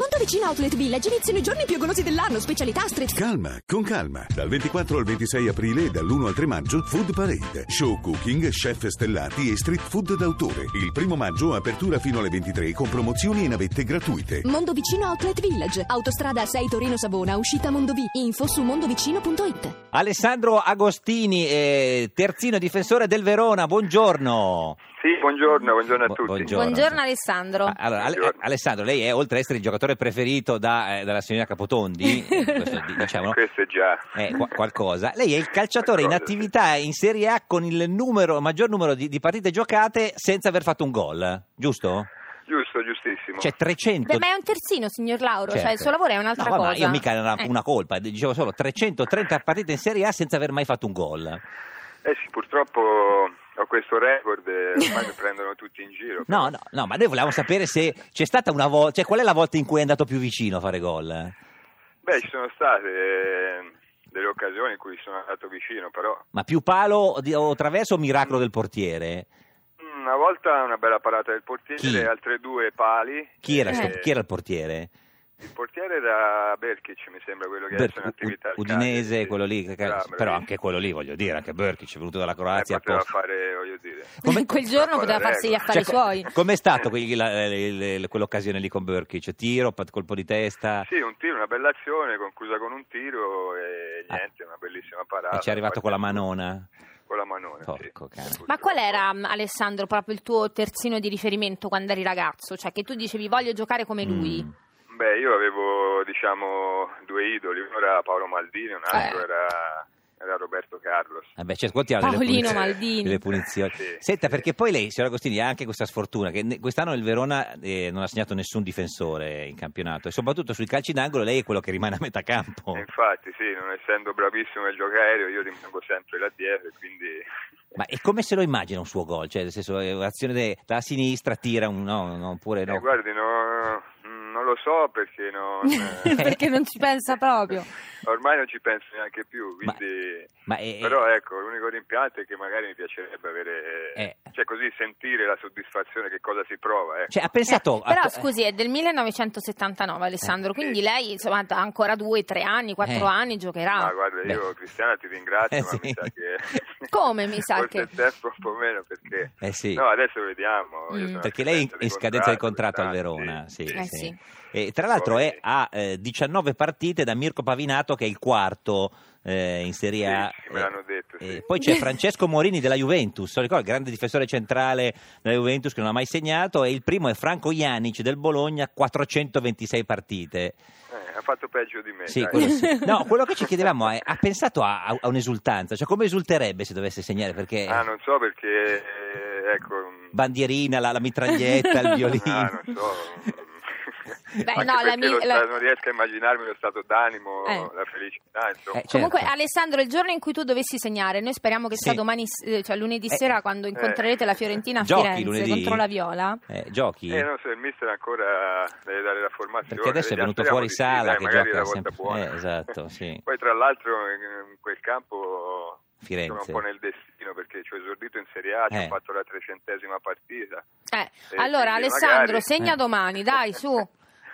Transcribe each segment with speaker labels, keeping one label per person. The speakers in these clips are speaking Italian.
Speaker 1: Officina Outlet Village iniziano i giorni più golosi dell'anno, specialità street
Speaker 2: Calma, con calma. Dal 24 al 26 aprile e dall'1 al 3 maggio, Food Parade, show cooking, chef stellati e street food d'autore. Il primo maggio apertura fino alle 23 con promozioni e navette gratuite.
Speaker 1: Mondovicino Outlet Village, autostrada 6 Torino Savona, uscita Mondovì, info su mondovicino.it.
Speaker 3: Alessandro Agostini, eh, terzino difensore del Verona, buongiorno.
Speaker 4: Sì, buongiorno, buongiorno a
Speaker 3: Bu-
Speaker 4: tutti.
Speaker 3: buongiorno.
Speaker 5: Buongiorno Alessandro.
Speaker 3: Ah, Allora, Ale-
Speaker 4: Buongiorno.
Speaker 3: Alessandro, lei è oltre ad essere il giocatore preferito da, eh, dalla signora Capotondi, eh, questo, di- diciamolo,
Speaker 4: Questo è già
Speaker 3: eh, qua- qualcosa. Lei è il calciatore in
Speaker 4: Qualcosa,
Speaker 3: attività in Serie A con il numero- maggior numero di, di partite giocate senza aver fatto un gol, giusto?
Speaker 4: giusto, giustissimo.
Speaker 3: Cioè 300.
Speaker 5: Beh, ma è un terzino, signor Lauro,
Speaker 3: Certo.
Speaker 5: cioè il suo lavoro è un'altra
Speaker 3: No, vabbè,
Speaker 5: cosa.
Speaker 3: io mica era una,
Speaker 5: Eh.
Speaker 3: una colpa, dicevo solo 330 partite in Serie A senza aver mai fatto un gol.
Speaker 4: Eh sì, purtroppo ho questo record e ormai mi prendono tutti in giro.
Speaker 3: No, no, no, ma noi volevamo sapere se c'è stata una volta, cioè qual è la volta in cui è andato più vicino a fare gol?
Speaker 4: Beh, ci sono state eh, delle occasioni in cui sono andato vicino, però
Speaker 3: Ma più palo o di- o traverso o miracolo del portiere?
Speaker 4: mm, una volta una bella parata del portiere,
Speaker 3: Chi?
Speaker 4: altre due pali.
Speaker 3: Chi era,
Speaker 4: Eh,
Speaker 3: sto- chi era il portiere?
Speaker 4: Il portiere era Berkic, mi sembra quello che
Speaker 3: Ber-
Speaker 4: adesso è in attività.
Speaker 3: U-
Speaker 4: al
Speaker 3: Udinese,
Speaker 4: Cagliari.
Speaker 3: quello lì, che-
Speaker 4: Bravo,
Speaker 3: però
Speaker 4: bravissimo.
Speaker 3: anche quello lì, voglio dire, anche Berkic è venuto dalla
Speaker 4: Eh,
Speaker 3: Croazia
Speaker 4: poteva
Speaker 3: apposta.
Speaker 4: fare, voglio dire.
Speaker 3: Come-
Speaker 5: Quel giorno
Speaker 4: Quella
Speaker 5: poteva
Speaker 4: regola.
Speaker 5: farsi gli
Speaker 3: Cioè,
Speaker 5: affari suoi.
Speaker 3: Com'è stato quel- la- il- il- quell'occasione lì con Berkic? Tiro, pat- colpo di testa?
Speaker 4: Sì, un tiro, una bella azione conclusa con un tiro e niente, una bellissima parata.
Speaker 3: Ah. e ci è arrivato con la manona?
Speaker 4: Con la manone, sì.
Speaker 3: Porco cane.
Speaker 5: Ma qual era mm, Alessandro proprio il tuo terzino di riferimento quando eri ragazzo? Cioè che tu dicevi voglio giocare come lui.
Speaker 3: Mm.
Speaker 4: Beh, io avevo, diciamo, due idoli, uno era Paolo Maldini, un
Speaker 3: Eh.
Speaker 4: altro era, era Roberto Carlos.
Speaker 3: Vabbè, certo, qua tirano delle
Speaker 5: Paolino
Speaker 3: punizioni-
Speaker 5: Maldini.
Speaker 3: delle punizioni.
Speaker 4: Sì,
Speaker 3: Senta,
Speaker 4: sì.
Speaker 3: perché poi lei, signor Agostini, ha anche questa sfortuna che ne- quest'anno il Verona eh, non ha segnato nessun difensore in campionato e soprattutto sui calci d'angolo lei è quello che rimane a metà campo.
Speaker 4: E infatti, Eh, sì, non essendo bravissimo nel gioco aereo, io rimango sempre là dietro, e quindi...
Speaker 3: Ma è come se lo immagina un suo gol? Cioè, nel senso, è un'azione de- dalla sinistra tira un no, no, oppure
Speaker 4: Eh,
Speaker 3: no.
Speaker 4: guardi, no, mm, non lo so perché non...
Speaker 3: Mm.
Speaker 5: Perché non ci pensa proprio.
Speaker 4: Ormai non ci penso neanche più,
Speaker 3: Ma-
Speaker 4: quindi...
Speaker 3: Ma è-
Speaker 4: Però ecco, l'unico rimpianto è che magari mi piacerebbe avere,
Speaker 3: Eh.
Speaker 4: cioè così sentire la soddisfazione che cosa si prova. Ecco.
Speaker 3: cioè, ha pensato.
Speaker 5: Eh, Però
Speaker 3: ha-
Speaker 5: scusi, è del 1979 Alessandro, quindi lei insomma ha ancora due, tre anni, quattro
Speaker 3: Eh.
Speaker 5: anni giocherà.
Speaker 4: Ma guarda, io
Speaker 3: Beh.
Speaker 4: Cristiana ti ringrazio,
Speaker 3: Eh,
Speaker 4: ma
Speaker 3: sì.
Speaker 4: mi sa che...
Speaker 5: Come mi sa
Speaker 4: Forse
Speaker 5: che...
Speaker 4: il tempo un po' meno perché...
Speaker 3: Eh sì.
Speaker 4: No, adesso vediamo. Io
Speaker 5: Mm.
Speaker 4: sono
Speaker 3: Perché lei è in- in scadenza di contratto al
Speaker 4: quest'anno,
Speaker 3: Verona, sì,
Speaker 5: Eh,
Speaker 3: sì.
Speaker 5: sì.
Speaker 3: E tra l'altro è
Speaker 4: Poi-
Speaker 3: a eh, 19 partite da Mirko Pavinato che è il quarto eh, in Serie A.
Speaker 4: Sì, sì, me l'hanno detto, sì.
Speaker 3: Eh, poi c'è Francesco Morini della Juventus, lo ricordo, il grande difensore centrale della Juventus che non ha mai segnato e il primo è Franco Iannic del Bologna, 426 partite.
Speaker 4: Eh, ha fatto peggio di me.
Speaker 3: Sì,
Speaker 4: dai.
Speaker 3: quello sì. No, quello che ci chiedevamo è, ha pensato a, a un'esultanza, cioè come esulterebbe se dovesse segnare perché
Speaker 4: Ah, non so perché... eh, ecco... mm,
Speaker 3: bandierina, la, la mitraglietta, il violino.
Speaker 4: Ah, non so. mm.
Speaker 5: Beh,
Speaker 4: Anche
Speaker 5: no, la
Speaker 4: perché
Speaker 5: mi-
Speaker 4: lo
Speaker 5: la-
Speaker 4: sta- non riesco a immaginarmi lo stato d'animo,
Speaker 5: Eh.
Speaker 4: la felicità, insomma.
Speaker 3: Eh, certo.
Speaker 5: Comunque Alessandro, il giorno in cui tu dovessi segnare, noi speriamo che sia
Speaker 3: Sì.
Speaker 5: domani, s- eh, cioè lunedì
Speaker 3: Eh.
Speaker 5: sera quando incontrerete la Fiorentina a
Speaker 3: Giochi
Speaker 5: Firenze
Speaker 3: lunedì?
Speaker 5: contro la Viola.
Speaker 3: Eh, giochi?
Speaker 4: Eh, non so, il mister ancora deve dare la formazione.
Speaker 3: Perché adesso è
Speaker 4: vediamo,
Speaker 3: venuto
Speaker 4: speriamo
Speaker 3: fuori
Speaker 4: di sì,
Speaker 3: Sala
Speaker 4: dai,
Speaker 3: che
Speaker 4: magari
Speaker 3: gioca
Speaker 4: la volta
Speaker 3: sempre-
Speaker 4: buona.
Speaker 3: eh, esatto, sì.
Speaker 4: Poi tra l'altro in in quel campo sono
Speaker 3: Firenze.
Speaker 4: un po' nel destino perché ci ho esordito in Serie A, ci
Speaker 3: Eh.
Speaker 4: ho fatto la trecentesima partita.
Speaker 5: Eh,
Speaker 4: Eh,
Speaker 5: allora
Speaker 4: quindi
Speaker 5: Alessandro,
Speaker 4: magari-
Speaker 5: segna
Speaker 3: Eh.
Speaker 5: domani, dai su,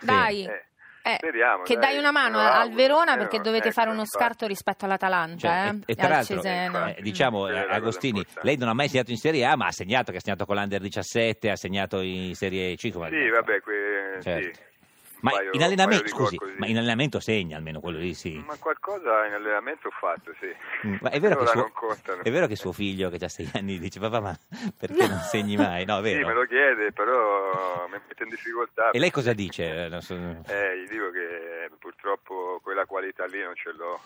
Speaker 5: dai.
Speaker 4: Eh,
Speaker 5: Eh,
Speaker 4: speriamo,
Speaker 5: che
Speaker 4: dai,
Speaker 5: dai una mano
Speaker 4: me lo
Speaker 5: al
Speaker 4: auguro,
Speaker 5: Verona
Speaker 4: almeno,
Speaker 5: perché dovete
Speaker 4: ecco,
Speaker 5: fare uno
Speaker 4: infatti.
Speaker 5: scarto rispetto alla
Speaker 3: Cioè,
Speaker 5: Talanta
Speaker 3: e,
Speaker 5: eh,
Speaker 3: e
Speaker 5: al
Speaker 3: tra l'altro,
Speaker 5: Cesena.
Speaker 3: eh,
Speaker 4: Mm.
Speaker 3: diciamo,
Speaker 4: Quella è
Speaker 3: eh,
Speaker 4: la cosa
Speaker 3: Agostini,
Speaker 4: importante.
Speaker 3: lei non ha mai segnato in Serie A, ma ha segnato che ha segnato con l'Under 17, ha segnato in Serie C. come-
Speaker 4: Sì, vabbè, que-
Speaker 3: Certo.
Speaker 4: sì. Un
Speaker 3: Ma
Speaker 4: paio-
Speaker 3: in
Speaker 4: un paio
Speaker 3: allenamento,
Speaker 4: di gol
Speaker 3: scusi,
Speaker 4: così. Mm.
Speaker 3: ma in allenamento segna almeno quello lì, sì.
Speaker 4: Ma qualcosa in allenamento ho fatto, sì.
Speaker 3: Mm, Ma è vero, che
Speaker 4: Allora
Speaker 3: suo,
Speaker 4: non contano.
Speaker 3: è vero che suo figlio, che ha sei anni, dice papà, ma perché non segni mai? No, è
Speaker 4: Sì,
Speaker 3: vero.
Speaker 4: me lo chiede, però mi mette in difficoltà.
Speaker 3: E lei cosa dice? Eh, non so-
Speaker 4: Eh, gli dico che purtroppo quella qualità lì non ce l'ho.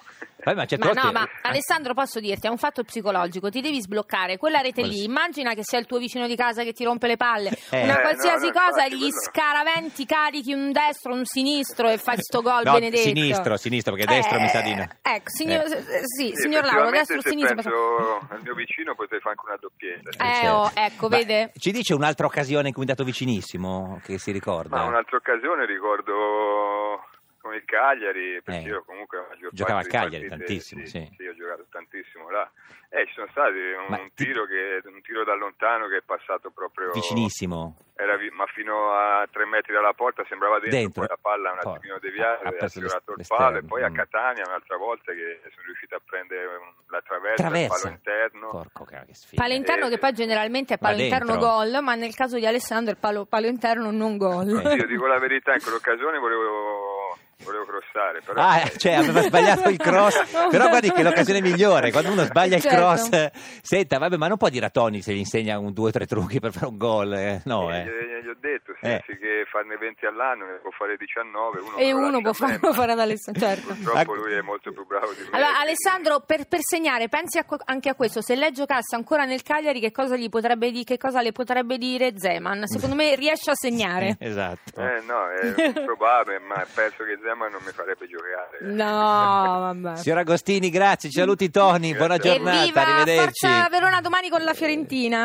Speaker 3: Vabbè, ma certe
Speaker 5: Ma
Speaker 3: volte-
Speaker 5: no, ma
Speaker 3: Ah,
Speaker 5: Alessandro posso dirti, è un fatto psicologico, ti devi sbloccare, quella rete
Speaker 3: Quello
Speaker 5: lì,
Speaker 3: sì.
Speaker 5: immagina che sia il tuo vicino di casa che ti rompe le palle,
Speaker 3: Eh. Eh,
Speaker 5: una
Speaker 3: no,
Speaker 5: qualsiasi
Speaker 4: no,
Speaker 5: cosa,
Speaker 4: infatti,
Speaker 5: gli
Speaker 4: quello-
Speaker 5: scaraventi, carichi un destro, un sinistro e fai sto gol
Speaker 3: No,
Speaker 5: benedetto. Eh.
Speaker 3: sinistro, sinistro, perché destro mi sa di no.
Speaker 5: Ecco, signor,
Speaker 3: Eh.
Speaker 5: eh, sì,
Speaker 4: Sì,
Speaker 5: signor Lauro,
Speaker 4: effettivamente
Speaker 5: destro, sinistro.
Speaker 4: Se penso al mio vicino potrei fare anche una doppietta. sì.
Speaker 5: Eh, oh, ecco,
Speaker 3: Ma
Speaker 5: vede?
Speaker 3: Ci dice un'altra occasione in cui è andato vicinissimo, che si ricorda?
Speaker 4: Ma un'altra occasione ricordo con il Cagliari, perché
Speaker 3: Eh.
Speaker 4: io comunque la maggior
Speaker 3: Giocava
Speaker 4: parte
Speaker 3: al
Speaker 4: di
Speaker 3: Cagliari
Speaker 4: partite-
Speaker 3: tantissimo, sì.
Speaker 4: sì. Sì, ho giocato tantissimo là. Eh, ci sono stati un,
Speaker 3: Ma
Speaker 4: un
Speaker 3: ti-
Speaker 4: tiro che, un tiro da lontano che è passato proprio...
Speaker 3: Vicinissimo.
Speaker 4: Era era vi- ma fino a tre metri dalla porta sembrava dentro,
Speaker 3: Dentro.
Speaker 4: poi la palla un
Speaker 3: Poi
Speaker 4: attimino deviata,
Speaker 3: ha
Speaker 4: ha
Speaker 3: perso
Speaker 4: sfiorato
Speaker 3: l'est-
Speaker 4: il palo e
Speaker 3: l'esterno.
Speaker 4: poi a
Speaker 3: Mm.
Speaker 4: Catania un'altra volta che sono riuscito a prendere un- la traversa, il palo
Speaker 3: Traversa.
Speaker 4: interno.
Speaker 3: Porco cara, che sfiga.
Speaker 5: Palo interno che poi generalmente è
Speaker 3: Va
Speaker 5: palo interno
Speaker 3: dentro.
Speaker 5: gol, ma nel caso di Alessandro è palo, palo interno non gol.
Speaker 3: Eh.
Speaker 4: Io dico la verità, in quell'occasione volevo, volevo crossare, però
Speaker 3: Ah, eh, cioè aveva sbagliato il cross, però guardi che è l'occasione migliore, quando uno sbaglia
Speaker 5: Certo.
Speaker 3: il cross, senta, vabbè, ma non può dire a Tony se gli insegna un due o tre trucchi per fare un gol, eh, no,
Speaker 4: Eh,
Speaker 3: eh.
Speaker 4: gli- Gli ho detto, se
Speaker 3: Eh.
Speaker 4: anziché farne 20 all'anno ne può fare 19, uno
Speaker 5: E
Speaker 4: lo
Speaker 5: uno
Speaker 4: lascia a
Speaker 5: può
Speaker 4: me,
Speaker 5: farlo
Speaker 4: ma
Speaker 5: fare ad Alessandro, certo.
Speaker 4: Purtroppo lui è molto più bravo di me.
Speaker 5: Allora, Alessandro, per, per segnare, pensi a que- anche a questo. Se lei giocasse ancora nel Cagliari, che cosa, gli potrebbe di- che cosa le potrebbe dire Zeman? Secondo me riesce a segnare.
Speaker 3: Sì, esatto.
Speaker 4: Eh no, è probabile, ma penso che Zeman non mi farebbe giocare.
Speaker 5: No, vabbè.
Speaker 3: Signor Agostini, grazie, ci saluti Tony, buona
Speaker 4: Grazie.
Speaker 3: giornata,
Speaker 5: Evviva!
Speaker 3: arrivederci.
Speaker 5: Forza Verona domani con la Fiorentina.